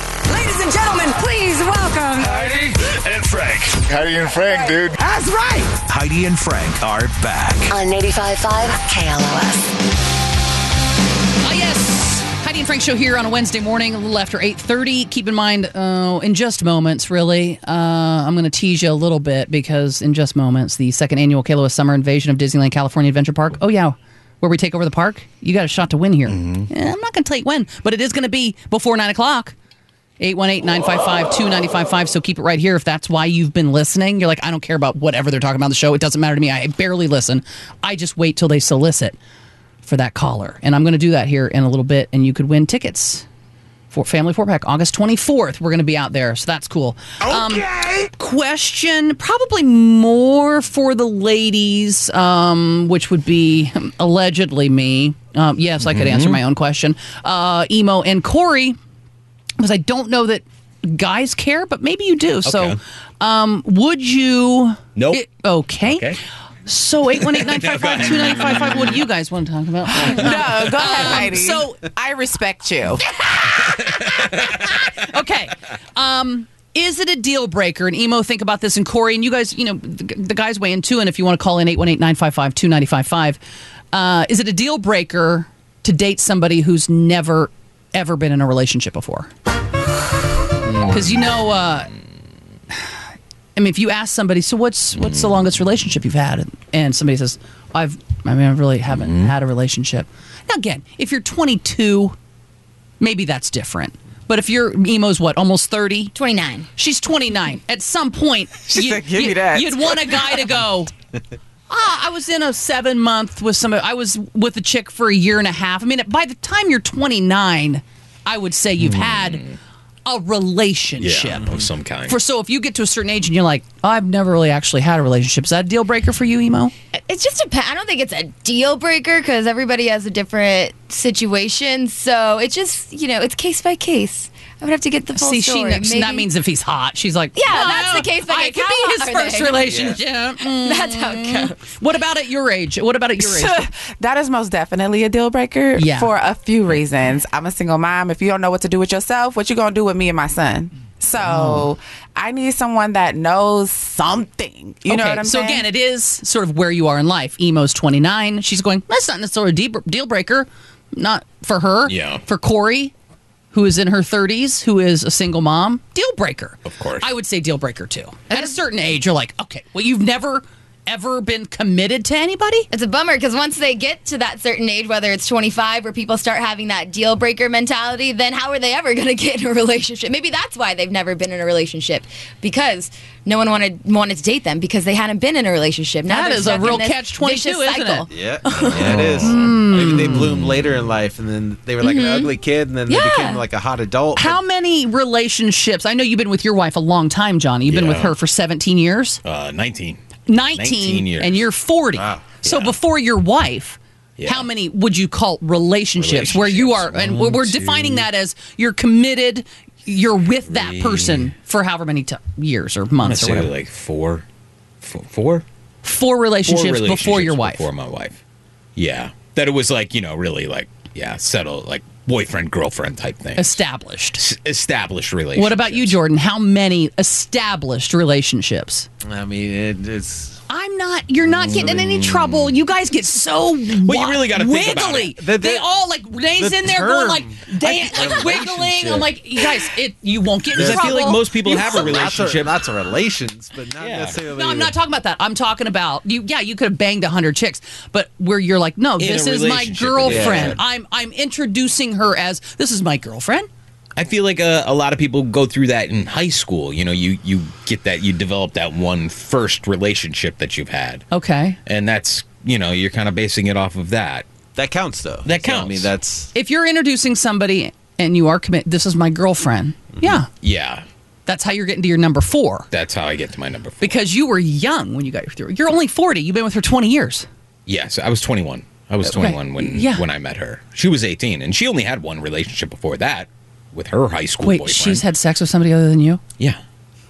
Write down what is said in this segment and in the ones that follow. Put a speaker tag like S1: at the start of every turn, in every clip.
S1: and gentlemen, please welcome.
S2: Heidi and Frank.
S3: Heidi and Frank, dude.
S1: That's right.
S2: Heidi and Frank are back.
S4: on 85.5 KLOS.
S5: Oh yes, Heidi and Frank show here on a Wednesday morning, a little after eight thirty. Keep in mind, uh, in just moments, really, uh, I'm going to tease you a little bit because in just moments, the second annual Kalos Summer Invasion of Disneyland California Adventure Park. Oh yeah, where we take over the park. You got a shot to win here. Eh, I'm not going to tell you when, but it is going to be before nine o'clock. 818-955-2955 so keep it right here if that's why you've been listening you're like i don't care about whatever they're talking about on the show it doesn't matter to me i barely listen i just wait till they solicit for that caller. And I'm going to do that here in a little bit, and you could win tickets for Family Four Pack August 24th. We're going to be out there, so that's cool. Um, Okay. question probably more for the ladies, um, which would be allegedly me. Um, yes, I could
S6: Mm-hmm.
S5: answer my own question. Uh, Emo and Corey, because I don't know that guys care, but maybe you do. So,
S6: Okay.
S5: um, would you?
S6: Nope.
S5: It- okay.
S6: Okay.
S5: So eight one eight nine five five two nine five five. What do you guys want to talk about? Um,
S7: No, go ahead, Heidi.
S5: so-
S7: I respect you.
S5: okay. Um, is it a deal breaker? And Emo, think about this. And Corey, and you guys, you know, the, the guys weigh in too. And if you want to call in 818 955 2955, uh, is it a deal breaker to date somebody who's never, ever been in a relationship before? Because, you know, uh, I mean, if you ask somebody, so what's what's
S7: Mm.
S5: the longest relationship you've had? And somebody says, I've, I mean, I really haven't
S7: Mm-hmm.
S5: had a relationship. Now, again, if you're 22, maybe that's different. But if your emo's what, almost 30?
S8: 29.
S5: She's 29. At some point, you,
S7: like, "Give me that."
S5: would want a guy to go, ah, I was in a seven month with somebody, I was with a chick for a year and a half. I mean, by the time you're 29, I would say
S7: Hmm.
S5: you've had a relationship.
S6: of some kind.
S5: For so if you get to a certain age and you're like, oh, I've never really actually had a relationship, is that a deal breaker for you, emo?
S8: It's just a. I don't think it's a deal breaker because everybody has a different situation. So it's just you know it's case by case. I would have to get the full
S5: See, she
S8: story.
S5: knows, that
S8: Maybe-
S5: means if he's hot, she's like,
S8: Yeah, that's the case by
S5: I
S8: case.
S5: could
S8: How
S5: be his
S8: hot are
S5: first
S8: they?"
S5: relationship. Mm.
S8: that's how it goes.
S5: What about at your age? What about at your age?
S7: that is most definitely a deal breaker
S5: Yeah.
S7: for a few reasons. I'm a single mom. If you don't know what to do with yourself, what you gonna do with me and my son? So
S5: Mm.
S7: I need someone that knows something. You know
S5: Okay,
S7: what I'm
S5: so
S7: saying?
S5: again, it is sort of where you are in life. Emo's 29. She's going, that's not necessarily a deep deal breaker. Not for her.
S6: Yeah.
S5: For Corey, who is in her 30s, who is a single mom, deal breaker.
S6: Of course.
S5: I would say deal breaker too. At a certain age, you're like, okay, well, you've never, ever been committed to anybody?
S8: It's a bummer because once they get to that certain age, whether it's 25 where people start having that deal breaker mentality, then how are they ever going to get in a relationship? Maybe that's why they've never been in a relationship because no one wanted wanted to date them because they hadn't been in a relationship. Now
S5: That
S8: they're
S5: is a
S8: stuck in
S5: real
S8: this
S5: catch-22,
S8: vicious
S5: isn't it?
S8: cycle.
S9: Yeah, yeah, it is.
S5: hmm.
S9: Maybe they bloomed later in life, and then they were like an ugly kid, and then
S8: Yeah.
S9: they became like a hot adult.
S5: Mm-hmm. How many relationships? I know you've been with your wife a long time, Johnny. You've been with
S6: Yeah.
S5: her for 17 years.
S6: uh, 19.
S5: 19,
S6: 19 years.
S5: and you're 40.
S9: Wow.
S5: So
S6: Yeah.
S5: before your wife,
S6: Yeah.
S5: how many would you call relationships, where you are? And we're, we're
S6: One,
S5: defining
S6: two,
S5: that as you're committed, you're with that person for however many t- years or
S6: I'm going
S5: months
S6: to
S5: or
S6: say
S5: whatever.
S6: like four, four, four,
S5: four,
S6: four
S5: relationships
S6: relationships
S5: before your wife.
S6: Before my wife. Yeah. That it was like, you know, really like, yeah, settled, like boyfriend, girlfriend type thing.
S5: Established.
S6: S- established relationship.
S5: What about you, Jordan? How many established relationships?
S9: I mean, it, it's
S5: I'm not. You're not getting in any trouble. You guys get so
S6: Mm. Well, you really gotta
S5: wiggly.
S6: think about it.
S9: The- the-
S5: they all like Renee's
S9: the
S5: in there going
S9: term.
S5: like dan-
S9: I-
S5: like wiggling. I'm like, you guys, it you won't get in
S6: Because
S5: trouble.
S6: I feel like most people have a
S9: lots of,
S6: relationship.
S9: lots of relations, but not
S6: Yeah.
S9: necessarily.
S5: No, I'm not talking about that. I'm talking about you. Yeah, you could have banged a hundred chicks, but where you're like, no,
S6: In
S5: this
S6: a
S5: is my
S6: relationship, yeah.
S5: girlfriend.
S6: Yeah.
S5: I'm I'm introducing her as this is my girlfriend.
S6: I feel like uh, a, a lot of people go through that in high school. You know, you, you get that, you develop that one first relationship that you've had.
S5: Okay.
S6: And that's, you know, you're kind of basing it off of that.
S9: That counts, though.
S6: That
S9: So, I
S6: counts.
S9: mean, that's
S5: If you're introducing somebody and you are commit, this is my girlfriend.
S6: Mm-hmm.
S5: Yeah,
S6: Yeah.
S5: that's how you're getting to your number four.
S6: That's how I get to my number four.
S5: Because you were young when you got your three. You're only 40. You've been with her 20 years.
S6: Yes, I was 21. I was 21 when
S5: Uh, Yeah.
S6: when I met her. She was 18, and she only had one relationship before that with her high school
S5: Wait,
S6: Oh, boyfriend.
S5: she's had sex with somebody other than you?
S6: yeah,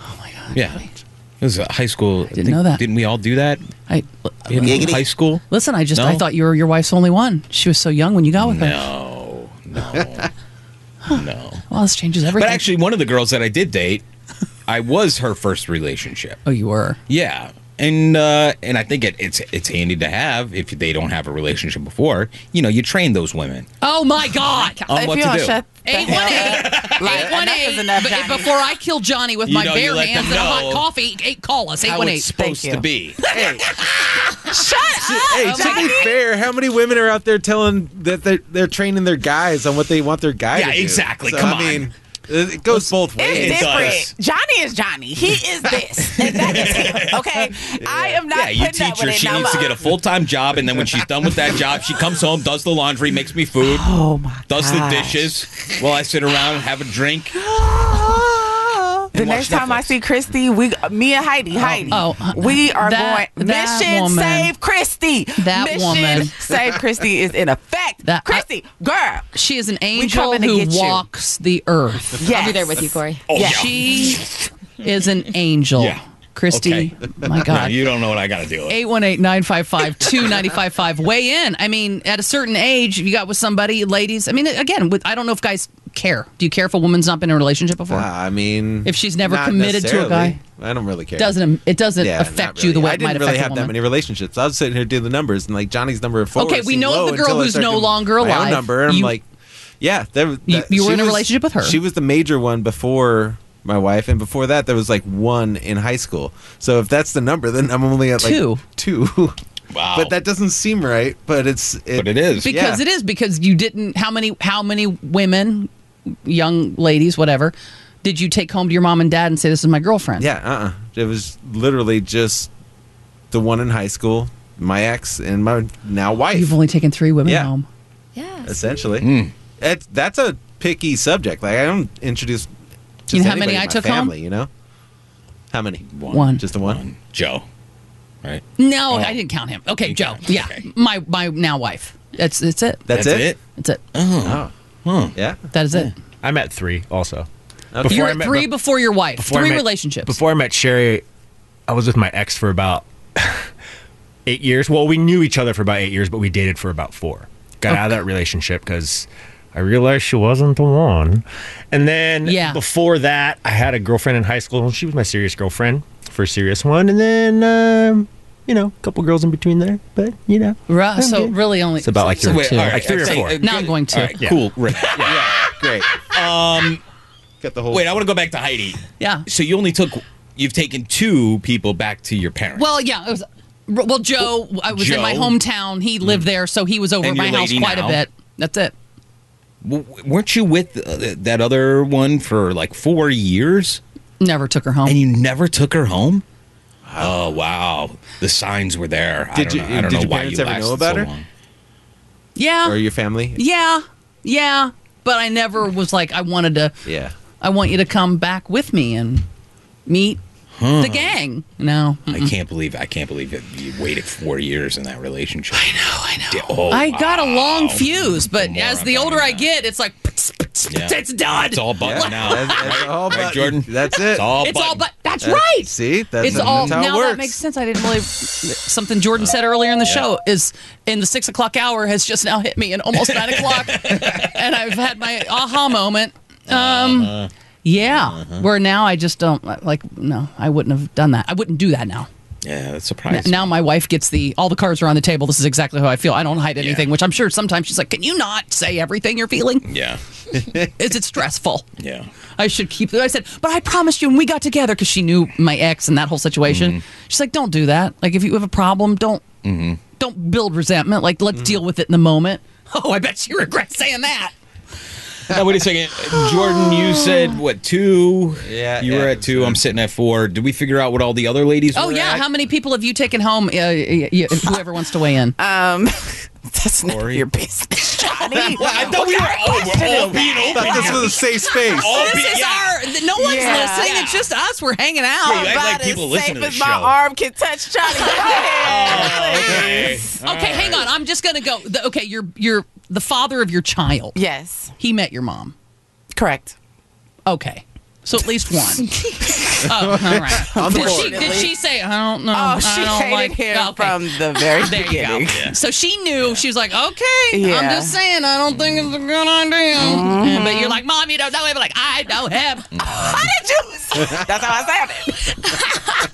S5: Oh my god.
S6: yeah. It was a high school. I
S5: didn't know that.
S6: Didn't we all do that
S5: I
S6: in high school?
S5: listen. I just
S6: No.
S5: I thought you were your wife's only one. She was so young when you got with her.
S6: No, no. no.
S5: Well, this changes everything.
S6: But actually, one of the girls that I did date, I was her first relationship.
S5: oh, you were.
S6: Yeah, and uh, and I think it, it's it's handy to have if they don't have a relationship before. You know, you train those women
S5: Oh my God.
S6: on
S7: if
S6: what
S7: you
S6: to
S7: don't
S6: do.
S7: shut the
S5: Eight
S7: hell
S5: one
S7: up,
S5: eight.
S7: like, enough is
S5: 818.
S7: enough,
S5: But
S7: Johnny.
S5: before I kill Johnny with
S6: You
S5: my
S6: know, you
S5: bare
S6: let
S5: hands
S6: them
S5: and a hot
S6: know
S5: coffee, eight, call us.
S6: How
S5: 818.
S6: it's supposed
S7: Thank
S6: to
S7: you.
S6: be.
S9: Hey, hey
S5: um,
S9: to be fair, how many women are out there telling that they're, they're training their guys on what they want their guy
S6: Yeah,
S9: to do?
S6: exactly.
S9: So, I
S6: Come on.
S9: mean, it goes both ways.
S7: It's
S6: It does.
S7: different. Johnny is Johnny. He is this. And that is him. Okay. I am not.
S6: Yeah, you
S7: putting
S6: teach
S7: up with
S6: her
S7: it
S6: she
S7: no
S6: needs to
S7: more.
S6: get a full time job, and then when she's done with that job, she comes home, does the laundry, makes me food,
S7: Oh my
S6: does
S7: gosh.
S6: the dishes, while I sit around and have a drink.
S7: The
S6: and watch
S7: next time I
S6: Netflix.
S7: see Christy, we me and Heidi, Heidi,
S5: oh, uh,
S7: we are
S5: that-
S7: going
S5: that
S7: mission
S5: woman.
S7: save Christy.
S5: That
S7: mission
S5: woman.
S7: save Christy is in effect.
S5: That- I-
S7: Christy, girl,
S5: She is an angel
S7: coming to
S5: who
S7: get you.
S5: walks the earth.
S7: yes, Oh,
S8: I'll be there with you, Corey.
S5: She is an angel.
S6: Yeah.
S5: Christy, my
S6: No,
S5: God.
S6: you don't know what I got to do.
S5: 818 955 2955. Weigh in. I mean, at a certain age, you got with somebody, ladies. I mean, again, with I don't know if guys care. Do you care if a woman's not been in a relationship before?
S9: Uh, I mean,
S5: If she's never
S9: not
S5: committed to a
S9: necessarily.
S5: guy.
S9: I don't really care.
S5: doesn't it doesn't
S9: Yeah,
S5: affect
S9: not
S5: you the
S9: really.
S5: way
S9: I
S5: it might
S9: didn't really
S5: affect
S9: have
S5: a
S9: that
S5: woman?
S9: many relationships. I was sitting here doing the numbers, and like Johnny's number at four.
S5: Okay, we
S9: seemed
S5: know
S9: low
S5: the girl
S9: until I
S5: who's
S9: started
S5: no
S9: com-
S5: longer
S9: my
S5: alive.
S9: own number, and
S5: You-
S9: I'm like, yeah, there, that,
S5: You- you were
S9: she
S5: in a
S9: was-
S5: relationship with her.
S9: She was the major one before my wife, and before that, there was like one in high school. So if that's the number, then I'm only at like
S5: Two.
S9: two.
S6: Wow.
S9: but that doesn't seem right. But it's it,
S6: But it is.
S5: because
S9: Yeah.
S5: it is because you didn't how many how many women young ladies whatever did you take home to your mom and dad and say this is my girlfriend
S9: Yeah, uh, uh it was literally just the one in high school, my ex, and my now wife.
S5: you've only taken three women
S9: Yeah.
S5: home
S8: Yeah.
S9: essentially. That's that's a picky subject. Like I don't introduce. Just
S5: You know how
S9: anybody
S5: many
S9: to
S5: I
S9: my
S5: took home?
S9: family, You know, how many?
S5: One.
S9: Just the one.
S6: Joe. Right?
S5: no
S6: Oh.
S5: i didn't count him okay
S6: Didn't
S5: joe
S6: count.
S5: yeah
S6: Okay.
S5: my my now wife that's that's it
S9: That's, it.
S6: That's it?
S5: that's it
S9: Oh, yeah.
S5: that is it
S3: I'm at three also.
S9: Okay.
S5: you're
S3: I
S5: at
S3: met-
S5: three
S3: bef-
S5: before your wife
S3: before I
S5: three
S3: met-
S5: relationships
S3: Before I met Sherry, I was with my ex for about eight years. Well, we knew each other for about eight years, but we dated for about four. Got out of that relationship because I realized she wasn't the one. And then
S5: Yeah.
S3: before that, I had a girlfriend in high school. She was my serious girlfriend, first serious one. And then, um, you know, a couple girls in between there. But, you know.
S5: Right,
S3: I'm
S5: so
S3: good.
S5: really only
S3: It's about like
S5: so-
S3: three, or
S5: so wait,
S3: two.
S5: all right,
S3: like three or
S6: Say,
S3: four.
S6: uh,
S5: Now I'm going to.
S6: All right,
S3: Yeah.
S6: Cool. Rick. Yeah. Um,
S9: Great. Got the whole.
S6: Wait, uh, I want to go back to Heidi.
S5: yeah
S6: So you only took, you've taken two people back to your parents.
S5: well yeah it was well joe i was in my
S6: Joe.
S5: hometown he lived there so he was over
S6: And
S5: at my
S6: your
S5: house
S6: lady
S5: quite a
S6: now.
S5: bit that's it
S6: W- weren't you with uh, that other one for like four years?
S5: never took her home
S6: and you never took her home. Oh wow, the signs were there. I
S9: Did
S6: don't
S9: you-
S6: know, I don't
S9: did
S6: know
S9: your
S6: why
S9: parents
S6: you
S9: ever know
S6: lasted
S9: about
S6: so
S9: her?
S6: long.
S5: yeah
S9: or your family?
S5: Yeah, yeah, but I never was like I wanted to.
S9: Yeah.
S5: I want you to come back with me and meet the gang. No,
S6: I can't believe I can't believe that you waited four years in that relationship. I know, I know. Oh,
S5: I got a
S6: wow.
S5: long fuse, but
S6: The more
S5: as
S6: I'm
S5: the older I
S6: finding out.
S5: get, it's like
S6: Yeah.
S5: it's done.
S6: It's all
S9: Yeah.
S6: button Oh, now.
S9: That's, that's all
S6: Right,
S9: button.
S6: Jordan?
S9: That's it.
S6: It's all
S5: It's all
S6: button.
S5: but that's right.
S9: See, that's,
S5: It's
S9: that's
S5: all
S9: how it
S5: now
S9: works.
S5: that makes sense. I didn't really something Jordan said earlier in the show is in the six o'clock hour has just now hit me and almost nine o'clock, and I've had my aha moment. Um,
S9: Uh-huh.
S5: yeah, where now I just don't like. No, I wouldn't have done that. I wouldn't do that now.
S6: Yeah, that's
S5: N-
S6: surprising.
S5: Now my wife gets the all the cards are on the table. This is exactly how I feel. I don't hide anything, which I'm sure sometimes she's like, "Can you not say everything you're feeling?
S6: yeah,
S5: Is it stressful?"
S6: yeah.
S5: I should keep it. I said, but I promised you when we got together because she knew my ex and that whole situation. She's like, don't do that. Like, if you have a problem, don't don't build resentment. Like, let's deal with it in the moment. Oh, I bet she regrets saying that.
S6: Now wait a second, Jordan. You
S5: Oh.
S6: said what two?
S9: Yeah,
S6: you
S9: yeah,
S6: were
S9: it
S6: at
S9: was,
S6: two.
S9: uh,
S6: I'm sitting at four. Did we figure out what all the other ladies?
S5: Oh
S6: were
S5: yeah,
S6: at?
S5: how many people have you taken home? Uh, y- y- whoever wants to weigh in.
S7: That's none of
S6: Corey.
S7: your business, Johnny.
S6: I thought we were, oh, we're all being open.
S9: Thought this
S6: here.
S9: was a safe space.
S6: All
S5: this
S6: be-
S5: is
S6: yeah.
S5: our. th- No one's
S7: Yeah.
S5: listening. It's just us. We're hanging out.
S6: Yeah, you act like
S7: About
S6: people
S7: as
S6: listen
S7: safe
S6: to the
S7: as
S6: show.
S7: my arm can touch Johnny. Go ahead.
S6: Okay.
S5: okay, hang on. I'm just gonna go. The, okay, you're you're the father of your child.
S7: Yes,
S5: He met your mom.
S7: correct.
S5: Okay. So at least one. oh, all right.
S9: On the
S5: did, she,
S9: board.
S5: did she say, I don't know.
S7: Oh, she
S5: Um, I don't
S7: hated
S5: like
S7: him
S5: okay.
S7: from the very
S5: There you go.
S7: beginning.
S5: So she knew. She was like, okay, I'm
S7: Yeah. Mm-hmm.
S5: just saying, I don't think it's a good idea. But you're like, mom, you don't know him. Like, I know him.
S7: How did you? That's how I sounded.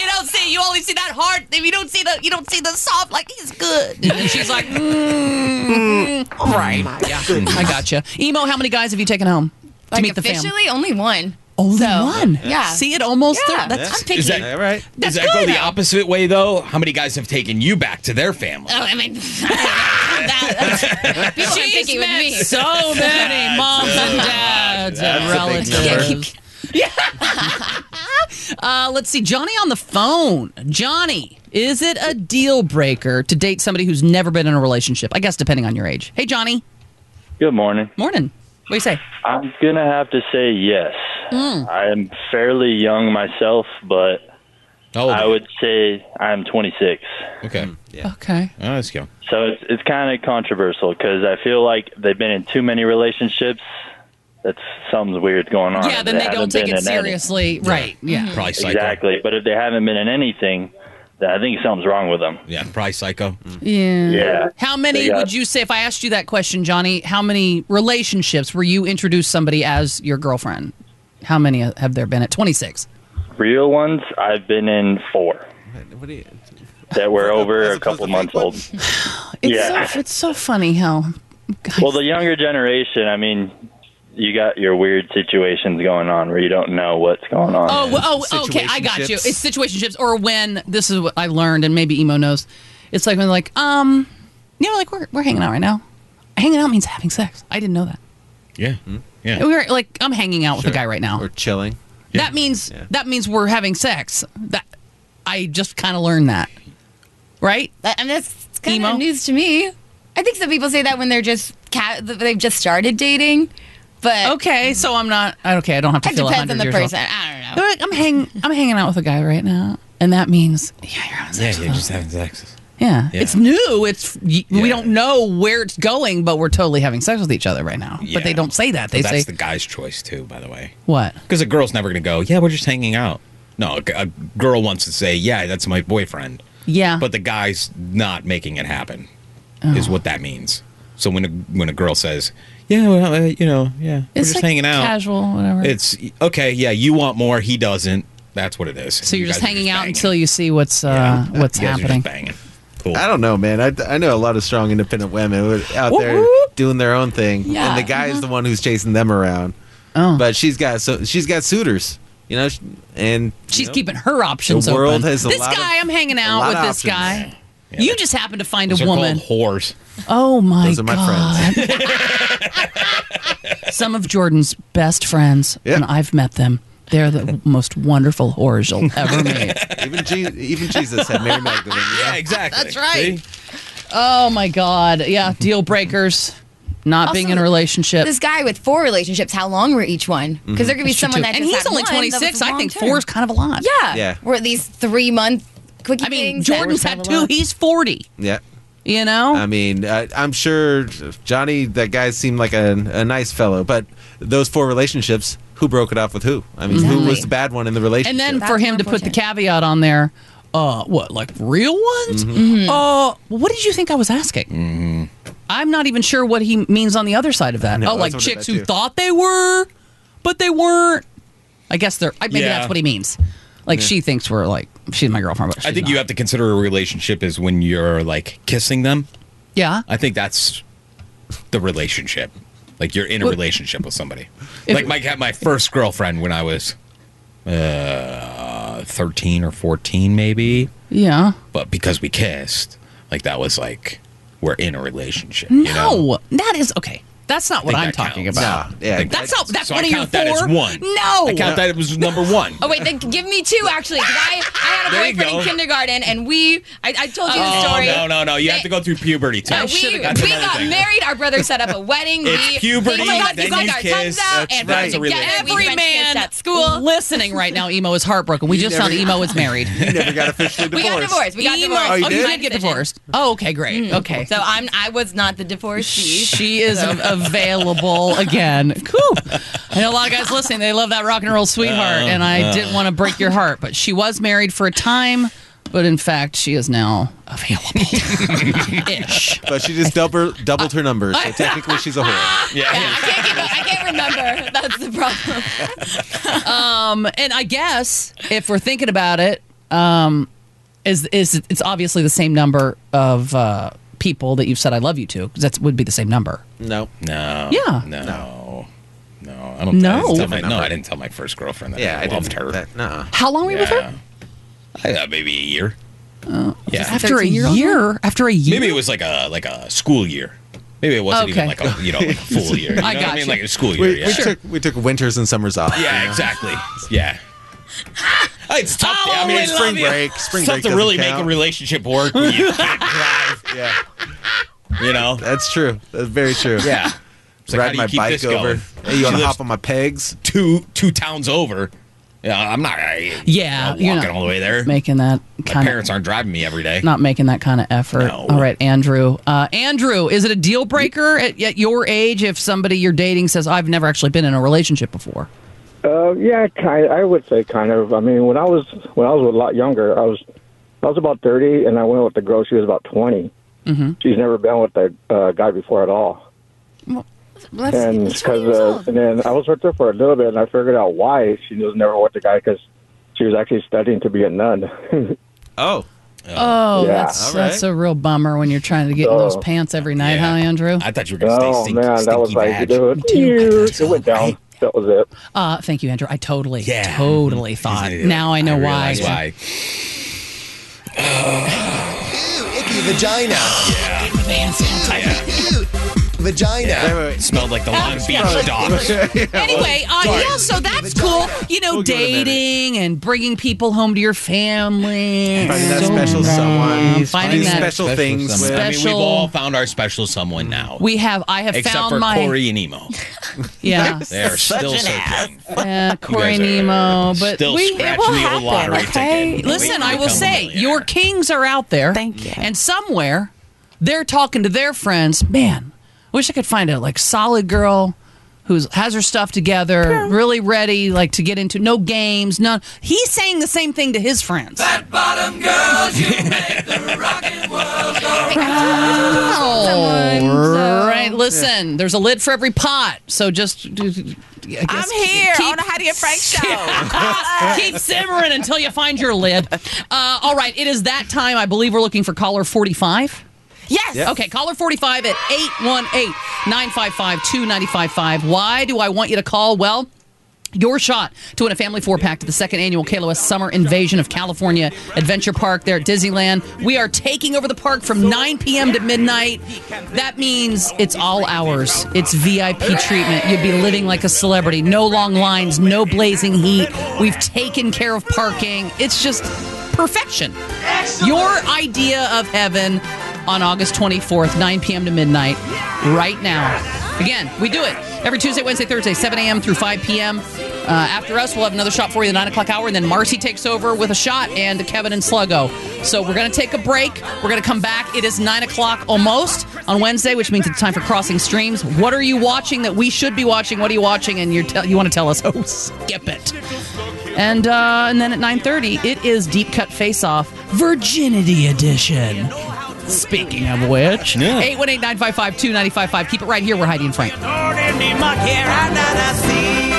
S5: you don't see. You only see that hard. You don't see the. You don't see the soft. Like he's good. And she's like, Oh
S7: Right.
S5: yeah, I gotcha. Emo, how many guys have you taken home to
S8: Like
S5: meet the family?
S8: officially, only one.
S5: Only
S8: So,
S5: one.
S8: yeah.
S5: See, it almost.
S8: Yeah.
S5: thir- That's. I'm
S6: Is
S5: taking.
S6: that-
S9: All right.
S6: Does that go the opposite way though? How many guys have taken you back to their family?
S8: Oh, I mean, that, people are
S5: She's
S8: thinking with
S5: met
S8: me.
S5: so many moms and dads and
S9: That's a big
S5: relatives. Yeah. Uh, let's see. Johnny on the phone. Johnny, is it a deal breaker to date somebody who's never been in a relationship? I guess depending on your age. Hey, Johnny.
S10: Good morning.
S5: Morning. What do you say?
S10: I'm going to have to say yes.
S5: Hmm.
S10: I'm fairly young myself, but
S6: Oh,
S10: I would Mm. say I'm 26.
S6: okay. Oh,
S5: Okay.
S6: let's go.
S10: So it's it's kind of controversial because I feel like they've been in too many relationships. That's something's weird going on.
S5: Yeah,
S10: if
S5: then they
S10: haven't
S5: don't take
S10: been
S5: it
S10: in any-
S5: seriously. Right. Yeah.
S6: Probably psycho.
S10: Exactly. But if they haven't been in anything, then I think something's wrong with them.
S6: Yeah, probably psycho.
S5: Yeah.
S10: Yeah.
S5: How many
S10: They got-
S5: would you say, if I asked you that question, Johnny, how many relationships were you introduced somebody as your girlfriend? How many have there been at 26?
S10: Real ones, I've been in four
S9: What do you?
S10: that were over
S9: As
S10: a couple
S9: opposed to
S10: months
S9: fake
S10: old.
S5: It's,
S10: Yeah.
S5: so, it's so funny how.
S10: Well, the younger generation, I mean, you got your weird situations going on where you don't know what's going on.
S5: Oh, well, oh, okay. I got you.
S9: Situationships.
S5: It's situationships, or when this is what I learned, and maybe emo knows. It's like when like um, you know, like we're we're hanging out right now. Hanging out means having sex. I didn't know that.
S6: Yeah.
S10: Hmm?
S6: Yeah.
S5: We were like I'm hanging out with a
S9: Sure.
S5: guy right now.
S9: Or chilling.
S5: That means that means we're having sex. That I just kind of learned that, right?
S8: That- I mean, that's kind
S5: Emo?
S8: of news to me. I think some people say that when they're just ca- they've just started dating, but
S5: Okay, so I'm not okay. I don't have to
S8: it
S5: feel
S8: depends
S5: 100
S8: on the
S5: years old.
S8: person. I don't
S5: They're
S8: know.
S5: like, I'm hang I'm hanging out with a guy right now, and that means yeah, you're having sex.
S6: Yeah,
S5: with
S6: you're
S5: him.
S6: just having sex.
S5: Yeah.
S6: Yeah.
S5: It's new. It's y we
S6: Yeah.
S5: don't know where it's going, but we're totally having sex with each other right now. But they
S6: Yeah.
S5: don't say that. They
S6: But that's
S5: say
S6: the guy's choice too, by the way.
S5: what?
S6: Because a girl's never going to go, yeah, we're just hanging out. No, a g- a girl wants to say, yeah, that's my boyfriend.
S5: Yeah.
S6: But the guy's not making it happen,
S5: Oh.
S6: is what that means. So when a, when a girl says, yeah, well, uh, you know, yeah, we're
S5: it's
S6: just
S5: like
S6: hanging out.
S5: casual, whatever.
S6: It's okay, yeah, you want more, he doesn't. That's what it is.
S5: so you're
S6: You
S5: just
S6: guys are
S5: hanging out
S6: banging.
S5: until you see what's uh,
S6: Yeah.
S5: what's
S6: You guys are just
S5: happening. Uh,
S6: banging. Cool.
S9: I don't know, man. I, I know a lot of strong, independent women who are out there doing their own thing,
S8: Yeah.
S9: and the guy is the one who's chasing them around. Oh, but she's got so she's got suitors, you know, sh- and
S5: She's
S9: you know,
S5: keeping her options
S9: the world
S5: open.
S9: has a
S5: this
S9: lot of-
S5: guy, I'm hanging
S9: a
S5: out
S9: lot
S5: with
S9: of
S5: this
S9: options.
S5: guy. You just happen to find
S6: Those
S5: a
S6: are
S5: woman.
S6: called whores.
S5: Oh my
S9: Those are my
S5: god! Some of Jordan's best friends,
S9: Yeah.
S5: and I've met them. They're the most wonderful whores you'll ever meet.
S9: even Je- even Jesus had Mary Magdalene. you know?
S6: Yeah, exactly.
S5: That's right.
S6: See?
S5: Oh my God. Yeah. Deal breakers. Not being
S8: Also,
S5: in a relationship.
S8: This guy with four relationships, how long were each one? Because
S6: Mm-hmm.
S8: there could be someone that
S5: and
S8: just
S5: he's
S8: had
S5: only
S8: one that was
S5: 26. I think
S8: long-term.
S5: four is kind of a lot.
S8: Yeah.
S9: Yeah.
S8: Were these three month quickie
S5: I mean,
S8: things that
S5: Jordan's
S8: were-
S5: had two. He's 40.
S9: yeah.
S5: You know?
S9: I mean, I, I'm sure Johnny, that guy seemed like a, a nice fellow, but those four relationships, who broke it off with who? I mean, who was the bad one in the relationship?
S5: and then
S8: That's
S5: for him
S8: more
S5: to put the
S8: important.
S5: caveat on there, uh, what, like real ones?
S6: Mm-hmm.
S8: Mm-hmm.
S5: Uh, what did you think I was asking?
S6: Mm-hmm.
S5: I'm not even sure what he means on the other side of that.
S9: know,
S5: oh,
S9: that's
S5: like
S9: what I bet
S5: chicks who
S9: too.
S5: thought they were, but they weren't. I guess they're, I, maybe
S6: Yeah.
S5: that's what he means. Like she thinks we're like, she's my girlfriend. But
S6: I think you have to consider a relationship is when you're like kissing them.
S5: Yeah.
S6: I think that's the relationship. Like you're in a
S5: Well-
S6: relationship with somebody.
S5: If-
S6: like my my first girlfriend when I was uh, 13 or 14 maybe,
S5: Yeah.
S6: but because we kissed, like that was like we're in a relationship, you
S5: No,
S6: know.
S5: that is okay. That's not what
S6: think
S5: I'm
S6: that
S5: talking
S6: counts.
S5: about.
S9: Nah, yeah.
S6: Like,
S5: That's not. That's
S6: so
S5: one
S6: I
S5: of your
S6: count that as
S5: four.
S6: one.
S5: No.
S6: I count that it was number 1.
S8: Oh wait, then give me two actually. 'cause I, I had a
S6: There you
S8: boyfriend in
S6: go.
S8: kindergarten, and we I, I told you the
S6: Oh,
S8: story.
S6: no, no, no. You have to
S8: They-
S6: go through puberty too.
S8: No, we we
S6: That's another
S8: got
S6: thing.
S8: married. Our brother set up a wedding.
S6: It's
S8: we
S6: puberty,
S8: Oh my God,
S6: then
S8: we
S6: you
S8: got our tongues
S6: kiss.
S8: out
S6: That's
S8: and
S6: right.
S8: we're together.
S6: That's
S8: We
S5: Every
S8: French kissed
S5: man
S8: at school.
S5: listening right now, emo is heartbroken. We just
S9: never-
S5: found emo is married.
S9: you never got officially
S8: We
S9: divorced.
S8: got divorced. We got
S5: emo,
S8: divorced.
S5: oh, you
S8: My
S5: did get
S8: decision. Mm.
S5: divorced. Oh, okay, great. Okay,
S8: So I'm I was not the divorcee.
S5: she is a, a available again. Cool. I know a lot of guys listening, they love that rock and roll sweetheart,
S11: Oh,
S5: and I
S6: Uh,
S11: no.
S5: didn't want to break your heart, but she was married for a time, but in fact, she is now
S9: But she just double, doubled her numbers, so technically she's a whore.
S8: I can't, keep, I can't remember. That's the problem.
S5: um, and I guess if we're thinking about it, um, is is it's obviously the same number of uh, people that you've said I love you to because that would be the same number.
S9: No.
S6: No.
S5: Yeah.
S6: Oh, No. No. I don't. I didn't
S5: No.
S6: tell my, no, I didn't tell my first girlfriend that
S9: Yeah,
S6: I,
S9: I
S6: loved her.
S9: no.
S5: How long were you with her?
S6: I thought maybe a year. yeah.
S5: Oh. After a year, after a year,
S6: Maybe it was like a like a school year. Maybe it wasn't even
S5: Okay.
S6: like a you know like a full year. You know
S5: I
S6: what I
S5: got
S6: mean?
S5: you.
S6: Like a school year.
S9: We,
S6: yeah.
S9: we took we took winters and summers off.
S6: Yeah,
S9: you know?
S6: exactly. Yeah. Ah, It's tough.
S9: I'll
S6: I mean, it's
S9: only
S6: spring
S9: love you.
S6: break. Spring
S9: It's tough to
S6: break doesn't
S9: really make
S6: count.
S9: a
S6: relationship work. You can't drive.
S9: Yeah.
S6: You know.
S9: That's true. That's very true.
S6: Yeah. It's like, how
S9: Ride
S6: do you
S9: my
S6: keep
S9: bike
S6: this
S9: over.
S6: going?
S9: Hey, you want
S6: She
S9: to
S6: lives
S9: hop on my pegs?
S6: Two two towns over. Yeah, I'm not. I,
S5: Yeah,
S6: I'm not
S5: you're
S6: walking
S5: not
S6: all the way there.
S5: making that
S6: my
S5: kind
S6: parents aren't driving me every day.
S5: of not making that kind of effort. All right, Andrew. Uh, Andrew, is it a deal breaker at, at your age if somebody you're dating says I've never actually been in a relationship before?
S12: Uh, yeah, kind. I would say kind of. I mean, when I was when I was a lot younger, I was I was about thirty, and I went with the girl. She was about twenty.
S5: Mm-hmm.
S12: She's never been with a uh, guy before at all. and because uh, and then I was with her for a little bit, and I figured out why she was never with the guy because she was actually studying to be a nun.
S9: oh.
S5: Oh,
S12: Yeah. All
S5: that's
S12: right.
S5: that's a real bummer when you're trying to get in those
S12: Oh.
S5: pants every night, huh, Andrew?
S6: I thought you were
S12: oh
S6: gonna stay stink,
S12: man, that was
S6: stinky
S12: like
S6: vag.
S12: dude, it went down. That was it.
S5: Uh, thank you, Andrew. I totally, totally thought. Now I know
S6: Mm-hmm. I
S5: why.
S6: realize why.
S13: Icky vagina. Yeah. Vagina.
S6: Smelled like the Long Beach dogs.
S5: Anyway, uh, yeah, so that's cool. You know, dating and bringing people home to your family.
S9: Finding that
S5: So
S9: special
S5: nice.
S9: someone.
S5: Finding
S9: These
S5: that
S9: special things with-
S6: I mean, we've
S5: Special-
S6: all found our special someone now.
S5: We have. I have
S6: Except
S5: found
S6: for
S5: my.
S6: Corey and Emo.
S5: Yeah.
S6: they are
S5: Such
S6: still
S5: an
S6: so
S5: ass.
S6: thin.
S5: Yeah, Uh, Corey
S6: guys are
S5: Nemo, but
S6: still
S5: we
S6: scratching It will the old happen, lottery okay? ticket. Wait
S5: Listen,
S6: till
S5: I
S6: you
S5: will
S6: become a
S5: say your kings are out there. Thank you. And somewhere they're talking to their friends. Man, wish I could find a like solid girl who's has her stuff together, really ready like to get into no games, none. He's saying the same thing to his friends. All right, listen, there's a lid for every pot, so just
S7: I'm here on the Heidi and Frank show.
S5: Keep simmering until you find your lid. Uh, all right, it is that time. I believe we're looking for caller 45. Yes.
S11: Yep.
S5: Okay, caller 45 at 818 955 2955. Why do I want you to call? Well, your shot to win a family four pack to the second annual KLOS Summer Invasion of California Adventure Park there at Disneyland. We are taking over the park from 9 p.m. to midnight. That means it's all hours. It's VIP treatment. You'd be living like a celebrity. No long lines, no blazing heat. We've taken care of parking. It's just perfection. Your idea of heaven on August 24th, 9 p.m. to midnight, right now. Again, we do it every Tuesday, Wednesday, Thursday, 7 a.m. through 5 p.m. Uh, after us, we'll have another shot for you at the 9 o'clock hour, and then Marcy takes over with a shot and Kevin and Sluggo. So we're going to take a break. We're going to come back. It is 9 o'clock almost on Wednesday, which means it's time for Crossing Streams. What are you watching that we should be watching? What are you watching? And you're te- you want to tell us, oh, skip it. And, uh, and then at 9.30, it is Deep Cut Face Off Virginity Edition. Speaking of which, 818 955 2955. Keep it right here. We're Heidi and Frank.
S11: Lord, in my care, I not I see.